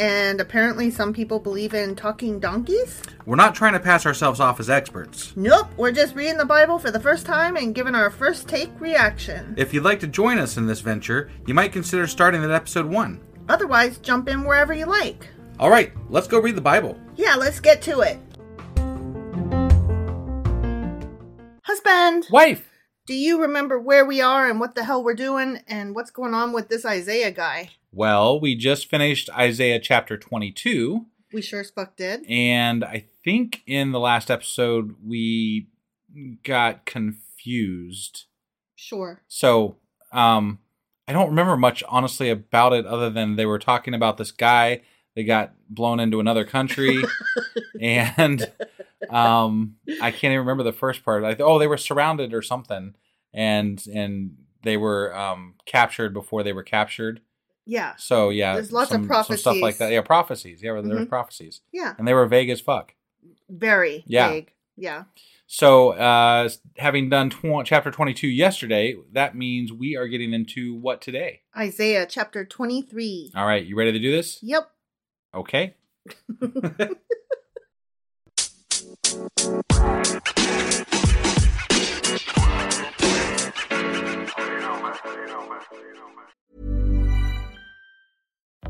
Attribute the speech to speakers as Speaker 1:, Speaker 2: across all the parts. Speaker 1: and apparently some people believe in talking donkeys?
Speaker 2: We're not trying to pass ourselves off as experts.
Speaker 1: Nope, we're just reading the Bible for the first time and giving our first take reaction.
Speaker 2: If you'd like to join us in this venture, you might consider starting at episode 1.
Speaker 1: Otherwise, jump in wherever you like.
Speaker 2: All right, let's go read the Bible.
Speaker 1: Yeah, let's get to it. Husband,
Speaker 2: Wife!
Speaker 1: do you remember where we are and what the hell we're doing and what's going on with this Isaiah guy?
Speaker 2: Well, we just finished Isaiah chapter 22,
Speaker 1: We sure as fuck did.
Speaker 2: and I think in the last episode we got confused.
Speaker 1: Sure.
Speaker 2: So, um, I don't remember much honestly about it other than they were talking about this guy that got blown into another country, and um, I can't even remember the first part. I th- oh, they were surrounded or something, and and they were um, captured before they were captured.
Speaker 1: Yeah.
Speaker 2: So yeah,
Speaker 1: There's lots of
Speaker 2: stuff like
Speaker 1: prophecies.
Speaker 2: that. Yeah, prophecies. Yeah, there were
Speaker 1: Mhm.
Speaker 2: prophecies,
Speaker 1: Yeah.
Speaker 2: and they were vague as fuck.
Speaker 1: Very
Speaker 2: Yeah.
Speaker 1: big. Yeah.
Speaker 2: So, uh, having done tw- chapter 22 yesterday, that means we are getting into what today?
Speaker 1: Isaiah chapter 23.
Speaker 2: All right, you ready to do this?
Speaker 1: Yep.
Speaker 2: Okay.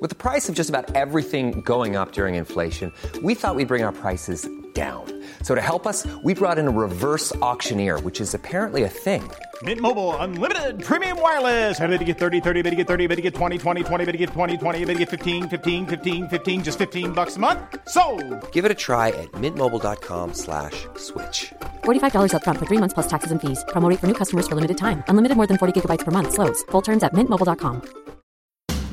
Speaker 3: With the price of just about everything going up during inflation, we thought we'd bring our prices down. So to help us, we brought in a reverse auctioneer, which is apparently a thing.
Speaker 4: Mint Mobile unlimited premium wireless. Ready to get 30, 30, bet you get 30, bet you get 20, 20, 20, bet you get 20, 20, bet you get 15, 15, 15, 15 just 15 bucks a month. So,
Speaker 3: Give it a try at mintmobile.com slash switch.
Speaker 5: $45 upfront for three months plus taxes and fees. Promo rate for new customers for limited time. Unlimited more than 40 gigabytes per month. Slows. Full terms at mintmobile.com.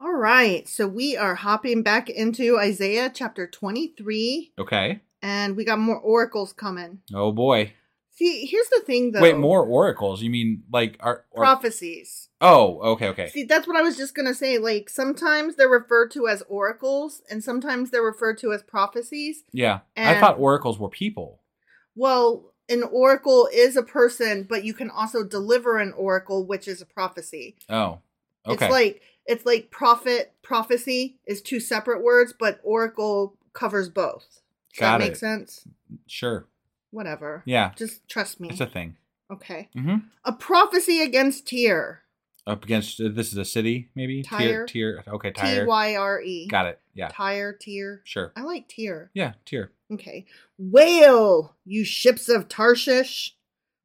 Speaker 1: All right. So we are hopping back into Isaiah chapter 23,
Speaker 2: Okay.
Speaker 1: and we got more oracles coming.
Speaker 2: Oh boy.
Speaker 1: See, here's the thing, though.
Speaker 2: Wait, more oracles. You mean like are or-
Speaker 1: prophecies.
Speaker 2: Oh, okay, okay.
Speaker 1: See, that's what I was just gonna say. Like sometimes they're referred to as oracles, and sometimes they're referred to as prophecies.
Speaker 2: Yeah. I
Speaker 1: And-
Speaker 2: thought oracles were people.
Speaker 1: Well, an oracle is a person, but you can also deliver an oracle, which is a prophecy.
Speaker 2: Oh. Okay.
Speaker 1: It's like it's like prophet prophecy is two separate words, but oracle covers both. Does
Speaker 2: Got
Speaker 1: that
Speaker 2: it.
Speaker 1: make sense?
Speaker 2: sure.
Speaker 1: Whatever.
Speaker 2: Yeah.
Speaker 1: Just trust me.
Speaker 2: It's a thing.
Speaker 1: okay.
Speaker 2: Mhm.
Speaker 1: A prophecy against tear.
Speaker 2: up against uh, this is a city maybe
Speaker 1: Tyre.
Speaker 2: tier tier okay
Speaker 1: T
Speaker 2: tire
Speaker 1: Y R E.
Speaker 2: got it yeah
Speaker 1: Tire, tier.
Speaker 2: sure
Speaker 1: I like tier.
Speaker 2: yeah tier
Speaker 1: Okay. Wail, you ships of Tarshish.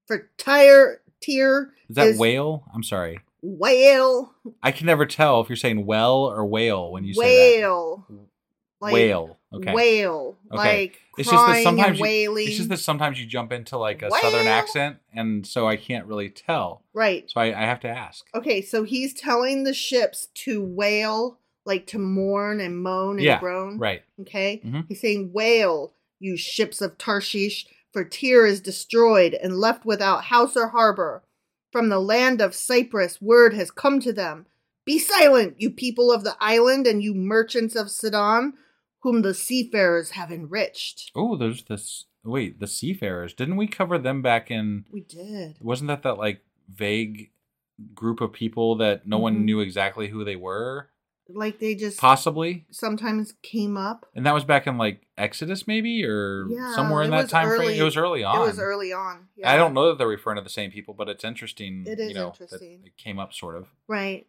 Speaker 1: For tire, tier.
Speaker 2: is that whale I'm sorry
Speaker 1: Whale.
Speaker 2: I can never tell if you're saying well or whale when you say that
Speaker 1: whale. Like,
Speaker 2: whale okay
Speaker 1: Whale.
Speaker 2: Okay.
Speaker 1: Like crying and
Speaker 2: you,
Speaker 1: wailing.
Speaker 2: it's just that sometimes you jump into like a
Speaker 1: Whale.
Speaker 2: southern accent and so I can't really tell
Speaker 1: right.
Speaker 2: so I, I have to ask
Speaker 1: Okay, so he's telling the ships to wail, like to mourn and moan and
Speaker 2: yeah
Speaker 1: groan.
Speaker 2: right
Speaker 1: Okay?
Speaker 2: Mhm.
Speaker 1: He's saying, Wail, you ships of Tarshish, for Tyr is destroyed and left without house or harbor. From the land of Cyprus, word has come to them. Be silent, you people of the island and you merchants of Sidon, whom the seafarers have enriched.
Speaker 2: oh there's this wait the seafarers didn't we cover them back in
Speaker 1: We did.
Speaker 2: wasn't that that like vague group of people that no
Speaker 1: Mhm.
Speaker 2: one knew exactly who they were
Speaker 1: Like they just
Speaker 2: possibly
Speaker 1: sometimes came up.
Speaker 2: and that was back in like exodus maybe or
Speaker 1: Yeah,
Speaker 2: somewhere in
Speaker 1: it
Speaker 2: that
Speaker 1: was
Speaker 2: time
Speaker 1: early-
Speaker 2: frame it was early on
Speaker 1: It was early on.
Speaker 2: I don't know that they're referring to the same people, but it's interesting.
Speaker 1: It is
Speaker 2: you know,
Speaker 1: interesting.
Speaker 2: That it came up sort of.
Speaker 1: Right.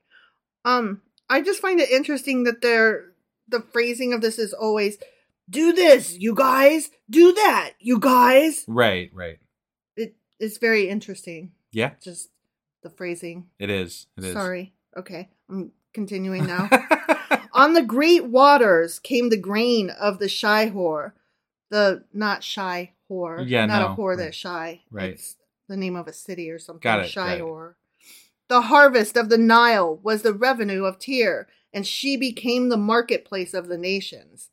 Speaker 1: Um, I just find it interesting that they're the phrasing of this is always do this, you guys, do that, you guys.
Speaker 2: Right, right.
Speaker 1: It it's very interesting.
Speaker 2: Yeah,
Speaker 1: Just the phrasing.
Speaker 2: it is. It is.
Speaker 1: Sorry. Okay. I'm continuing now. On the great waters came the grain of the shy whore. The not shy whore.
Speaker 2: Yeah,
Speaker 1: Not a
Speaker 2: no,
Speaker 1: whore
Speaker 2: right.
Speaker 1: that's shy.
Speaker 2: Right.
Speaker 1: It's the name of a city or something.
Speaker 2: Got it, got
Speaker 1: Shy
Speaker 2: it.
Speaker 1: whore. The harvest of the Nile was the revenue of Tyr, and she became the marketplace of the nations.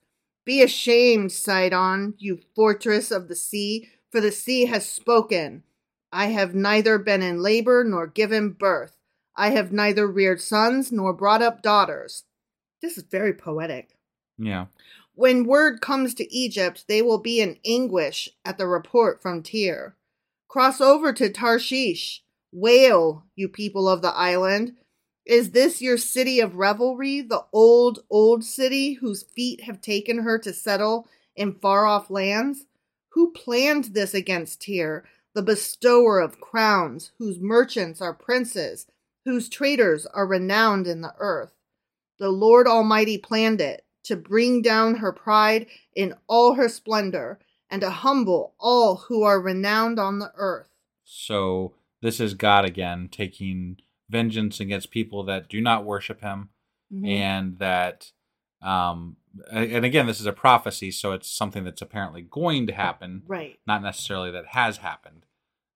Speaker 1: Be ashamed, Sidon, you fortress of the sea, for the sea has spoken. I have neither been in labor nor given birth. I have neither reared sons nor brought up daughters. This is very poetic.
Speaker 2: yeah.
Speaker 1: When word comes to Egypt, they will be in anguish at the report from Tyr. Cross over to Tarshish. Wail, you people of the island. Is this your city of revelry, the old, old city whose feet have taken her to settle in far off lands? Who planned this against Tyr, the bestower of crowns, whose merchants are princes, whose traders are renowned in the earth? The Lord Almighty planned it to bring down her pride in all her splendor and to humble all who are renowned on the earth.
Speaker 2: So this is God again taking vengeance against people that do not worship Him,
Speaker 1: Mm-hmm.
Speaker 2: and that, um, a- and again, this is a prophecy, so it's something that's apparently going to happen,
Speaker 1: Right.
Speaker 2: not necessarily that has happened.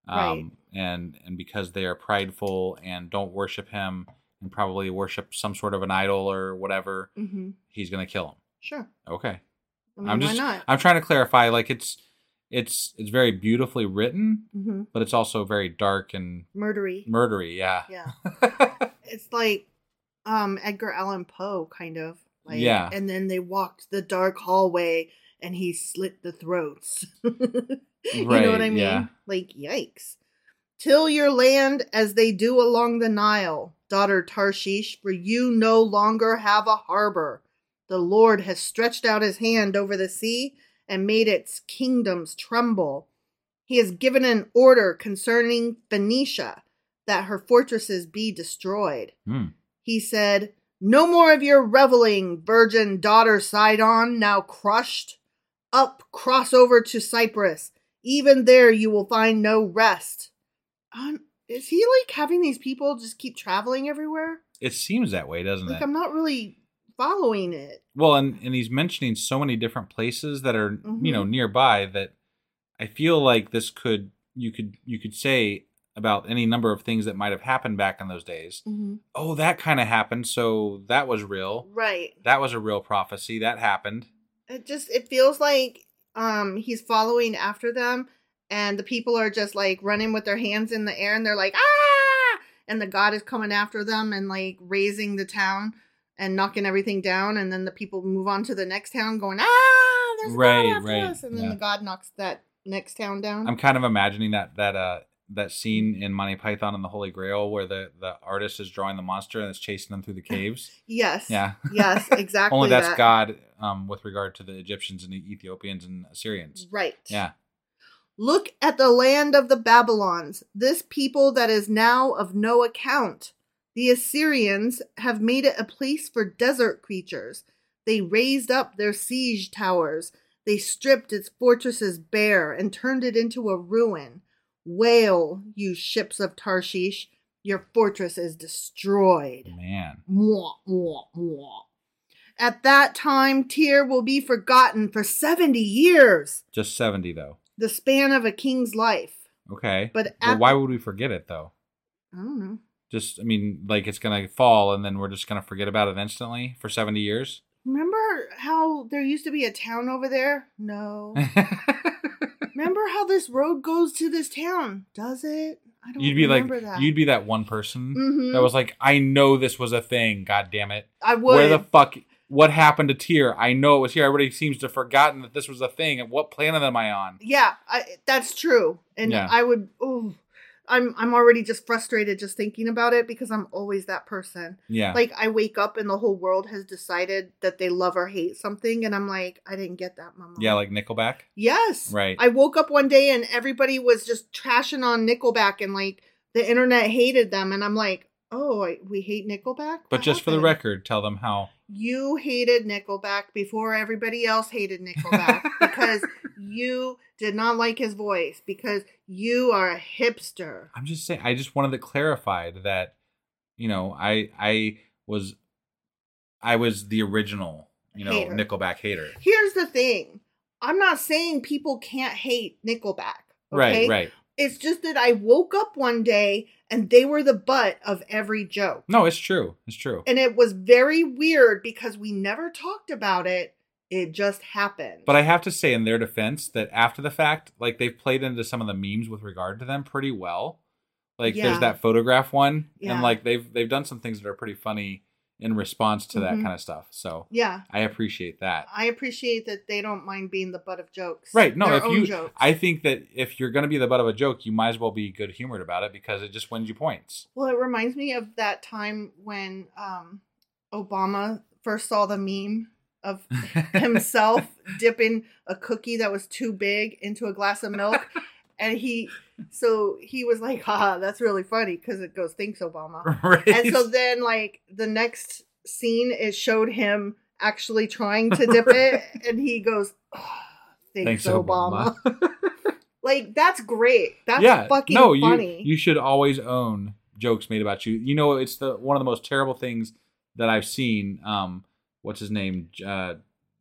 Speaker 2: Um, And and because they are prideful and don't worship Him, and probably worship some sort of an idol or whatever,
Speaker 1: Mm-hmm.
Speaker 2: He's gonna kill him.
Speaker 1: Sure.
Speaker 2: Okay.
Speaker 1: I mean,
Speaker 2: I'm just
Speaker 1: why not?
Speaker 2: I'm trying to clarify like it's it's it's very beautifully written,
Speaker 1: mm-hmm.
Speaker 2: but it's also very dark and
Speaker 1: Murdery.
Speaker 2: murdery, yeah.
Speaker 1: yeah. It's like um Edgar Allan Poe, kind of. Like,
Speaker 2: Yeah.
Speaker 1: And then they walked the dark hallway and he slit the throats. you know what
Speaker 2: Right,
Speaker 1: I mean?
Speaker 2: yeah.
Speaker 1: Like, yikes. Till your land as they do along the Nile, daughter Tarshish, for you no longer have a harbor. The Lord has stretched out his hand over the sea and made its kingdoms tremble. He has given an order concerning Phoenicia that her fortresses be destroyed.
Speaker 2: Hmm.
Speaker 1: He said, No more of your reveling, virgin daughter Sidon, now crushed. Up, cross over to Cyprus. Even there you will find no rest. Um, is he like having these people just keep traveling everywhere?
Speaker 2: It seems that way, doesn't
Speaker 1: Like,
Speaker 2: it?
Speaker 1: I'm not really following it.
Speaker 2: Well, and and he's mentioning so many different places that are, you know,
Speaker 1: Mhm.
Speaker 2: nearby that I feel like this could you could you could say about any number of things that might have happened back in those days.
Speaker 1: Mm-hmm.
Speaker 2: Oh, that kind of happened, so that was real.
Speaker 1: Right.
Speaker 2: That was a real prophecy. That happened.
Speaker 1: It just it feels like um he's following after them and the people are just like running with their hands in the air and they're like ah and the god is coming after them and like raising the town and knocking everything down and then the people move on to the next town going ah there's right,
Speaker 2: Right,
Speaker 1: god after
Speaker 2: right,
Speaker 1: us and then
Speaker 2: yeah.
Speaker 1: the god knocks that next town down.
Speaker 2: I'm kind of imagining that that uh that scene in Monty Python and the Holy Grail where the the artist is drawing the monster and it's chasing them through the caves.
Speaker 1: yes.
Speaker 2: Yeah.
Speaker 1: Yes, exactly.
Speaker 2: Only that's
Speaker 1: that.
Speaker 2: God um with regard to the Egyptians and the Ethiopians and Assyrians.
Speaker 1: Right.
Speaker 2: Yeah.
Speaker 1: Look at the land of the Babylons, this people that is now of no account. The Assyrians have made it a place for desert creatures. They raised up their siege towers. They stripped its fortresses bare and turned it into a ruin. Wail, you ships of Tarshish, your fortress is destroyed.
Speaker 2: Man.
Speaker 1: Mwah, mwah, mwah. At that time, Tyr will be forgotten for 70 years,
Speaker 2: Just 70, though.
Speaker 1: the span of a king's life.
Speaker 2: Okay.
Speaker 1: But
Speaker 2: Well,
Speaker 1: at-
Speaker 2: why would we forget it, though?
Speaker 1: I don't know.
Speaker 2: Just, I mean, like it's going to fall and then we're just going to forget about it instantly for 70 years?
Speaker 1: Remember how there used to be a town over there? No. Remember how this road goes to this town? Does it? I don't
Speaker 2: you'd be like,
Speaker 1: remember that.
Speaker 2: you'd be that one person
Speaker 1: Mhm.
Speaker 2: that was like, I know this was a thing. God damn it.
Speaker 1: I would.
Speaker 2: Where the fuck? What happened to Tyr? I know it was here. Everybody seems to have forgotten that this was a thing. And what planet am I on?
Speaker 1: yeah, I, that's true. And
Speaker 2: Yeah.
Speaker 1: I would. Ooh, I'm I'm already just frustrated just thinking about it because I'm always that person.
Speaker 2: Yeah.
Speaker 1: Like I wake up and the whole world has decided that they love or hate something, and I'm like, I didn't get that, mama.
Speaker 2: yeah, like Nickelback.
Speaker 1: Yes.
Speaker 2: Right.
Speaker 1: I woke up one day and everybody was just trashing on Nickelback and like the internet hated them. And I'm like, oh, I, we hate Nickelback?
Speaker 2: But
Speaker 1: What
Speaker 2: just for the
Speaker 1: happened?
Speaker 2: record, tell them how.
Speaker 1: you hated Nickelback before everybody else hated Nickelback because you did not like his voice because you are a hipster.
Speaker 2: I'm just saying. I just wanted it clarified that, you know, I I was, I was the original, you know,
Speaker 1: Hater.
Speaker 2: Nickelback hater.
Speaker 1: Here's the thing I'm not saying people can't hate Nickelback.
Speaker 2: Right.
Speaker 1: okay?
Speaker 2: Right.
Speaker 1: It's just that I woke up one day and they were the butt of every joke.
Speaker 2: No, it's true. It's true.
Speaker 1: And it was very weird because we never talked about it. It just happened.
Speaker 2: But I have to say, in their defense, that after the fact, like they've played into some of the memes with regard to them pretty well. Like
Speaker 1: Yeah.
Speaker 2: there's that photograph one,
Speaker 1: Yeah.
Speaker 2: and like they've they've done some things that are pretty funny in response to that
Speaker 1: Mhm.
Speaker 2: kind of stuff. So
Speaker 1: yeah,
Speaker 2: I appreciate that.
Speaker 1: I appreciate that they don't mind being the butt of jokes.
Speaker 2: Right? No,
Speaker 1: Their
Speaker 2: if
Speaker 1: own
Speaker 2: you,
Speaker 1: jokes.
Speaker 2: I think that if you're going to be the butt of a joke, you might as well be good humored about it because it just wins you points.
Speaker 1: Well, it reminds me of that time when um, Obama first saw the meme of himself dipping a cookie that was too big into a glass of milk. And he, so he was like, haha, that's really funny because it goes, thanks, Obama.
Speaker 2: right?
Speaker 1: And so then, like, the next scene, it showed him actually trying to dip it, and he goes, "Ah, Thanks,
Speaker 2: Thanks,
Speaker 1: Obama. like, that's great. That's
Speaker 2: yeah,
Speaker 1: fucking
Speaker 2: no,
Speaker 1: funny.
Speaker 2: you you should always own jokes made about you. You know, it's the one of the most terrible things that I've seen. Um, what's his name? J- Uh,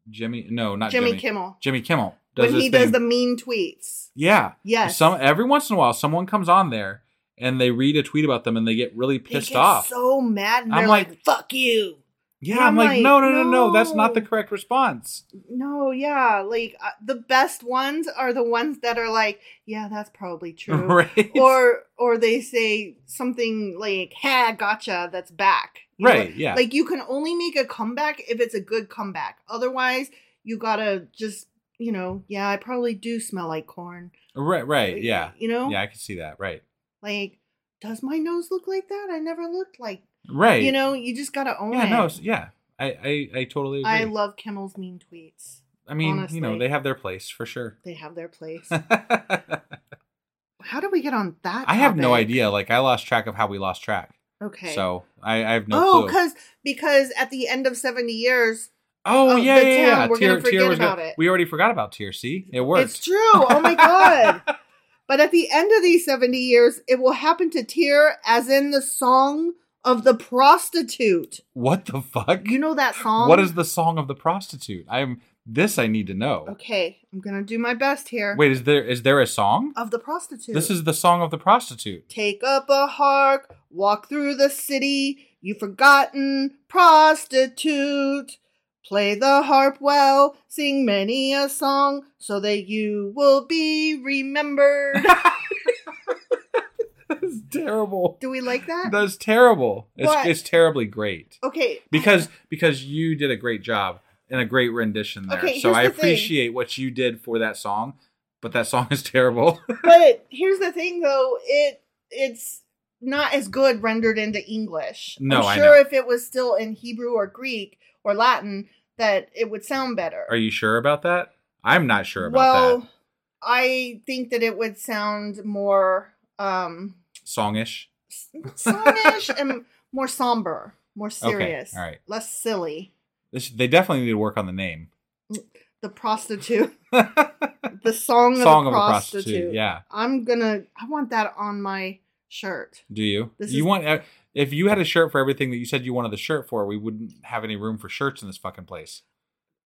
Speaker 2: Jimmy? No, not
Speaker 1: Jimmy
Speaker 2: Jimmy,
Speaker 1: Kimmel.
Speaker 2: Jimmy Kimmel.
Speaker 1: when
Speaker 2: this
Speaker 1: he does
Speaker 2: thing-
Speaker 1: the mean tweets.
Speaker 2: yeah,
Speaker 1: Yes.
Speaker 2: Some every once in a while, someone comes on there and they read a tweet about them and they get really
Speaker 1: They
Speaker 2: pissed
Speaker 1: get
Speaker 2: off.
Speaker 1: so mad, and
Speaker 2: I'm
Speaker 1: they're like,
Speaker 2: like-
Speaker 1: fuck you.
Speaker 2: yeah,
Speaker 1: and
Speaker 2: I'm,
Speaker 1: I'm
Speaker 2: like,
Speaker 1: like,
Speaker 2: no, no, no, no, that's
Speaker 1: no.
Speaker 2: not the correct response.
Speaker 1: No, yeah, like uh, the best ones are the ones that are like, yeah, that's probably true.
Speaker 2: Right.
Speaker 1: Or or they say something like, "Ha, gotcha, that's back." You
Speaker 2: Right, yeah.
Speaker 1: Like you can only make a comeback if it's a good comeback. Otherwise, you got to just, you know, yeah, I probably do smell like corn.
Speaker 2: Right, right, yeah,
Speaker 1: You know?
Speaker 2: yeah, I can see that. Right,
Speaker 1: Like does my nose look like that? I never looked like.
Speaker 2: right,
Speaker 1: You know, you just got to own
Speaker 2: yeah,
Speaker 1: it.
Speaker 2: no, it's- yeah, I, I, I totally agree.
Speaker 1: I love Kimmel's mean tweets.
Speaker 2: I mean, you know,
Speaker 1: honestly.
Speaker 2: they have their place for sure.
Speaker 1: They have their place.
Speaker 2: I
Speaker 1: How do we get on that?
Speaker 2: have no
Speaker 1: topic?
Speaker 2: idea. Like, I lost track of how we lost track.
Speaker 1: Okay.
Speaker 2: So I, I have no
Speaker 1: oh,
Speaker 2: clue.
Speaker 1: because because at the end of seventy years,
Speaker 2: Oh,
Speaker 1: oh,
Speaker 2: yeah,
Speaker 1: the
Speaker 2: yeah,
Speaker 1: town,
Speaker 2: yeah.
Speaker 1: we're gonna forget
Speaker 2: was gonna-
Speaker 1: about it.
Speaker 2: We already forgot about tier. See, it worked.
Speaker 1: it's true. Oh my god! but at the end of these seventy years, it will happen to Tyr, as in the song of the prostitute.
Speaker 2: What the fuck?
Speaker 1: You know um that song?
Speaker 2: what is the song of the prostitute? I'm this. I need to know.
Speaker 1: Okay, I'm gonna do my best here.
Speaker 2: Wait, is there is there a song?
Speaker 1: of the prostitute.
Speaker 2: This is the song of the prostitute.
Speaker 1: take up a hark, walk through the city. You forgotten prostitute. Play the harp well, sing many a song, so that you will be remembered.
Speaker 2: That's terrible.
Speaker 1: Do we like that?
Speaker 2: That's terrible. It's
Speaker 1: What?
Speaker 2: it's terribly great.
Speaker 1: okay.
Speaker 2: because because you did a great job and a great rendition there.
Speaker 1: Okay,
Speaker 2: so
Speaker 1: here's
Speaker 2: I
Speaker 1: the thing.
Speaker 2: appreciate what you did for that song, but that song is terrible.
Speaker 1: But here's the thing though, it it's not as good rendered into English.
Speaker 2: No, I
Speaker 1: I'm sure
Speaker 2: know.
Speaker 1: if it was still in Hebrew or Greek or Latin that it would sound better.
Speaker 2: Are you sure about that? I'm not sure about
Speaker 1: well,
Speaker 2: that.
Speaker 1: I think that it would sound more um
Speaker 2: Songish.
Speaker 1: songish and more somber, more serious,
Speaker 2: all right.
Speaker 1: less silly.
Speaker 2: This, they definitely need to work on the name.
Speaker 1: The prostitute, the song,
Speaker 2: Song
Speaker 1: of,
Speaker 2: of
Speaker 1: a
Speaker 2: a
Speaker 1: prostitute.
Speaker 2: Prostitute, yeah.
Speaker 1: I'm gonna. I want that on my shirt.
Speaker 2: Do you?
Speaker 1: This
Speaker 2: you
Speaker 1: is-
Speaker 2: want uh, if you had a shirt for everything that you said you wanted the shirt for, we wouldn't have any room for shirts in this fucking place.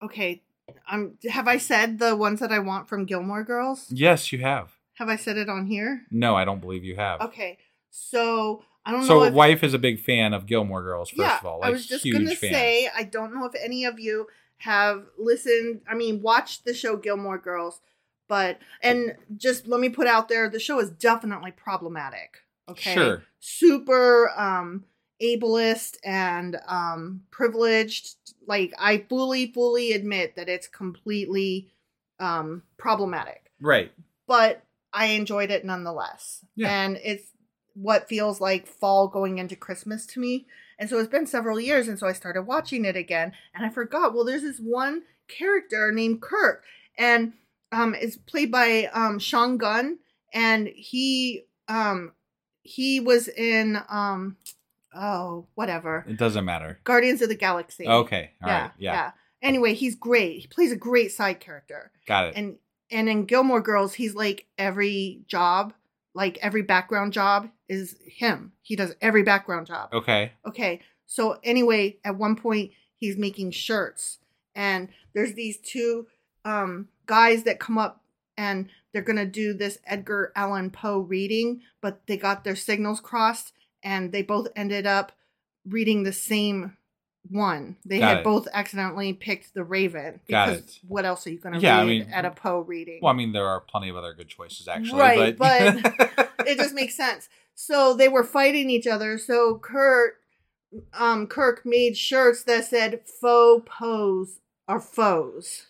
Speaker 1: Okay. I'm. Have I said the ones that I want from Gilmore Girls?
Speaker 2: Yes, you have.
Speaker 1: Have I said it on here?
Speaker 2: No, I don't believe you have.
Speaker 1: Okay. So I don't know.
Speaker 2: So
Speaker 1: if,
Speaker 2: wife is a big fan of Gilmore Girls. First
Speaker 1: yeah,
Speaker 2: of all,
Speaker 1: I
Speaker 2: like
Speaker 1: was just
Speaker 2: huge
Speaker 1: gonna
Speaker 2: fan.
Speaker 1: say I don't know if any of you have listened. I mean, watched the show Gilmore Girls, but and just let me put out there, the show is definitely problematic. Okay,
Speaker 2: Sure.
Speaker 1: super um, ableist and um, privileged. Like I fully, fully admit that it's completely um, problematic
Speaker 2: right.
Speaker 1: but I enjoyed it nonetheless.
Speaker 2: Yeah.
Speaker 1: And it's what feels like fall going into Christmas to me. And so it's been several years. And so I started watching it again. And I forgot, well, there's this one character named Kirk. And um, it's played by um, Sean Gunn. And he um, he was in, um, oh, whatever,
Speaker 2: It doesn't matter.
Speaker 1: Guardians of the Galaxy.
Speaker 2: Okay. All right. Yeah.
Speaker 1: Anyway, he's great. He plays a great side character
Speaker 2: Got it.
Speaker 1: and and in Gilmore Girls, he's like every job, like every background job is him. He does every background job.
Speaker 2: okay.
Speaker 1: Okay. So anyway, at one point he's making shirts and there's these two um guys that come up and they're going to do this Edgar Allan Poe reading, but they got their signals crossed and they both ended up reading the same one. They
Speaker 2: Got
Speaker 1: had
Speaker 2: it.
Speaker 1: both accidentally picked The Raven
Speaker 2: Got
Speaker 1: because
Speaker 2: it.
Speaker 1: what else are you going to
Speaker 2: Yeah, I
Speaker 1: read
Speaker 2: mean-
Speaker 1: at a Poe reading?
Speaker 2: Well, I mean, there are plenty of other good choices actually,
Speaker 1: Right,
Speaker 2: but,
Speaker 1: it just makes sense. So they were fighting each other. So Kurt, um, Kirk made shirts that said "faux pose" or "foes,"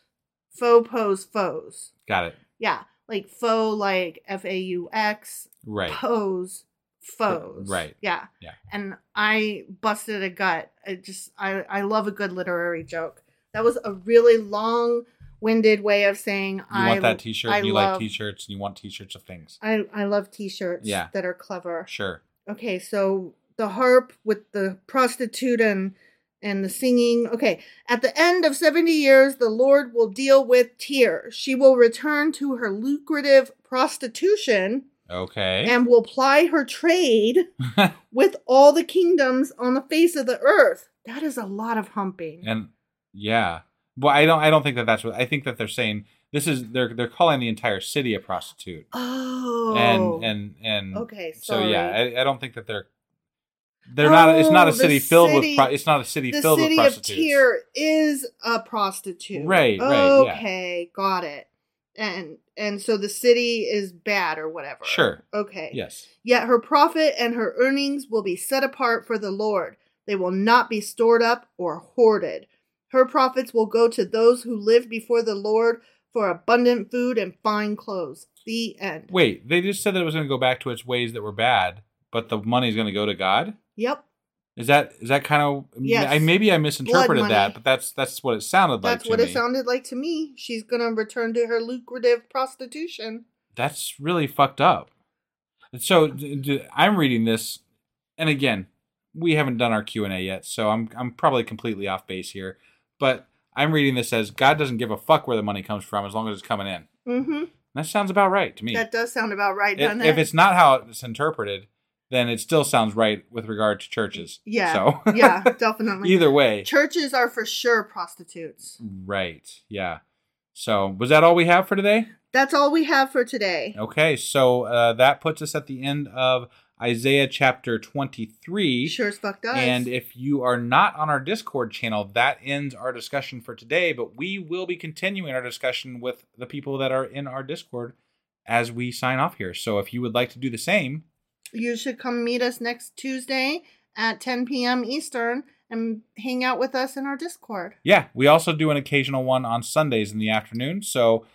Speaker 1: "faux pose foes."
Speaker 2: got it.
Speaker 1: Yeah, like faux, like F A U X,
Speaker 2: Right.
Speaker 1: pose foes.
Speaker 2: Right.
Speaker 1: Yeah.
Speaker 2: Yeah.
Speaker 1: And I busted a gut. I just I I love a good literary joke. That was a really long. Winded way of saying
Speaker 2: You
Speaker 1: I
Speaker 2: want that T-shirt?
Speaker 1: I
Speaker 2: you like
Speaker 1: love-
Speaker 2: T-shirts, and you want T-shirts of things.
Speaker 1: I I love T-shirts
Speaker 2: Yeah.
Speaker 1: that are clever.
Speaker 2: Sure.
Speaker 1: Okay, so the harp with the prostitute and and the singing. Okay, at the end of 70 years, the Lord will deal with Tyr. She will return to her lucrative prostitution
Speaker 2: Okay.
Speaker 1: and will ply her trade with all the kingdoms on the face of the earth. That is a lot of humping.
Speaker 2: And yeah, well, I don't. I don't think that that's what. I think that they're saying this is they're they're calling the entire city a prostitute.
Speaker 1: oh.
Speaker 2: And and and
Speaker 1: Okay,
Speaker 2: So yeah,
Speaker 1: sorry.
Speaker 2: I, I don't think that they're they're not. It's not
Speaker 1: Oh,
Speaker 2: a
Speaker 1: the
Speaker 2: city filled
Speaker 1: city-
Speaker 2: with. Pro, it's not a city
Speaker 1: the
Speaker 2: filled
Speaker 1: city
Speaker 2: with
Speaker 1: of
Speaker 2: prostitutes.
Speaker 1: Tyr is a prostitute.
Speaker 2: Right, right, yeah.
Speaker 1: Okay, got it. And and so the city is bad or whatever.
Speaker 2: Sure.
Speaker 1: Okay.
Speaker 2: Yes.
Speaker 1: Yet her profit and her earnings will be set apart for the Lord. They will not be stored up or hoarded. Her profits will go to those who live before the Lord for abundant food and fine clothes. The end.
Speaker 2: Wait, they just said that it was going to go back to its ways that were bad, but the money's going to go to God.
Speaker 1: Yep.
Speaker 2: Is that is that kind of?
Speaker 1: Yes.
Speaker 2: I maybe I misinterpreted
Speaker 1: money.
Speaker 2: that, but that's that's what it sounded like.
Speaker 1: That's
Speaker 2: to
Speaker 1: what
Speaker 2: me.
Speaker 1: it sounded like to me. She's going to return to her lucrative prostitution.
Speaker 2: that's really fucked up. So d- d- I'm reading this, and again, we haven't done our Q and A yet, so I'm I'm probably completely off base here. But I'm reading this as God doesn't give a fuck where the money comes from as long as it's coming in.
Speaker 1: Mhm.
Speaker 2: That sounds about right to me.
Speaker 1: That does sound about right,
Speaker 2: if,
Speaker 1: doesn't
Speaker 2: if
Speaker 1: it?
Speaker 2: it's not how it's interpreted, then it still sounds right with regard to churches.
Speaker 1: yeah,
Speaker 2: So
Speaker 1: yeah, definitely.
Speaker 2: either way,
Speaker 1: churches are for sure prostitutes.
Speaker 2: right? Yeah. So was that all we have for today?
Speaker 1: That's all we have for today.
Speaker 2: Okay, so uh, that puts us at the end of Isaiah chapter 23.
Speaker 1: Sure as fuck does.
Speaker 2: And if you are not on our Discord channel, that ends our discussion for today, but we will be continuing our discussion with the people that are in our Discord as we sign off here. So if you would like to do the same,
Speaker 1: you should come meet us next Tuesday at 10 p.m. Eastern and hang out with us in our Discord.
Speaker 2: yeah, we also do an occasional one on Sundays in the afternoon. So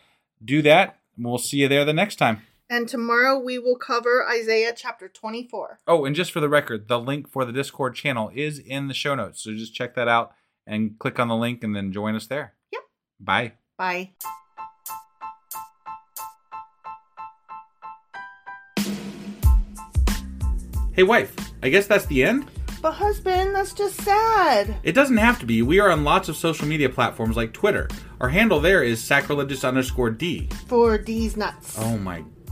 Speaker 2: do that. and We'll see you there the next time.
Speaker 1: And tomorrow we will cover Isaiah chapter 24.
Speaker 2: Oh, and just for the record, the link for the Discord channel is in the show notes. So just check that out and click on the link and then join us there.
Speaker 1: Yep.
Speaker 2: Bye.
Speaker 1: Bye.
Speaker 2: Hey, wife, I guess that's the end?
Speaker 1: But husband, that's just sad.
Speaker 2: It doesn't have to be. We are on lots of social media platforms like Twitter. Our handle there is sacrilegious underscore D.
Speaker 1: For these nuts.
Speaker 2: Oh my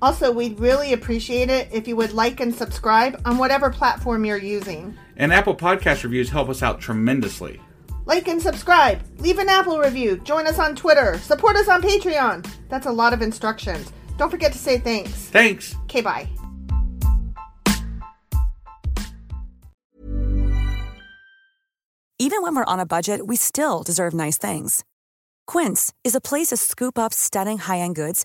Speaker 1: Also, we'd really appreciate it if you would like and subscribe on whatever platform you're using.
Speaker 2: And Apple Podcast reviews help us out tremendously.
Speaker 1: Like and subscribe, leave an Apple review, join us on Twitter, support us on Patreon. That's a lot of instructions. Don't forget to say thanks.
Speaker 2: Thanks!
Speaker 1: Okay, bye.
Speaker 6: Even when we're on a budget, we still deserve nice things. Quince is a place to scoop up stunning high end goods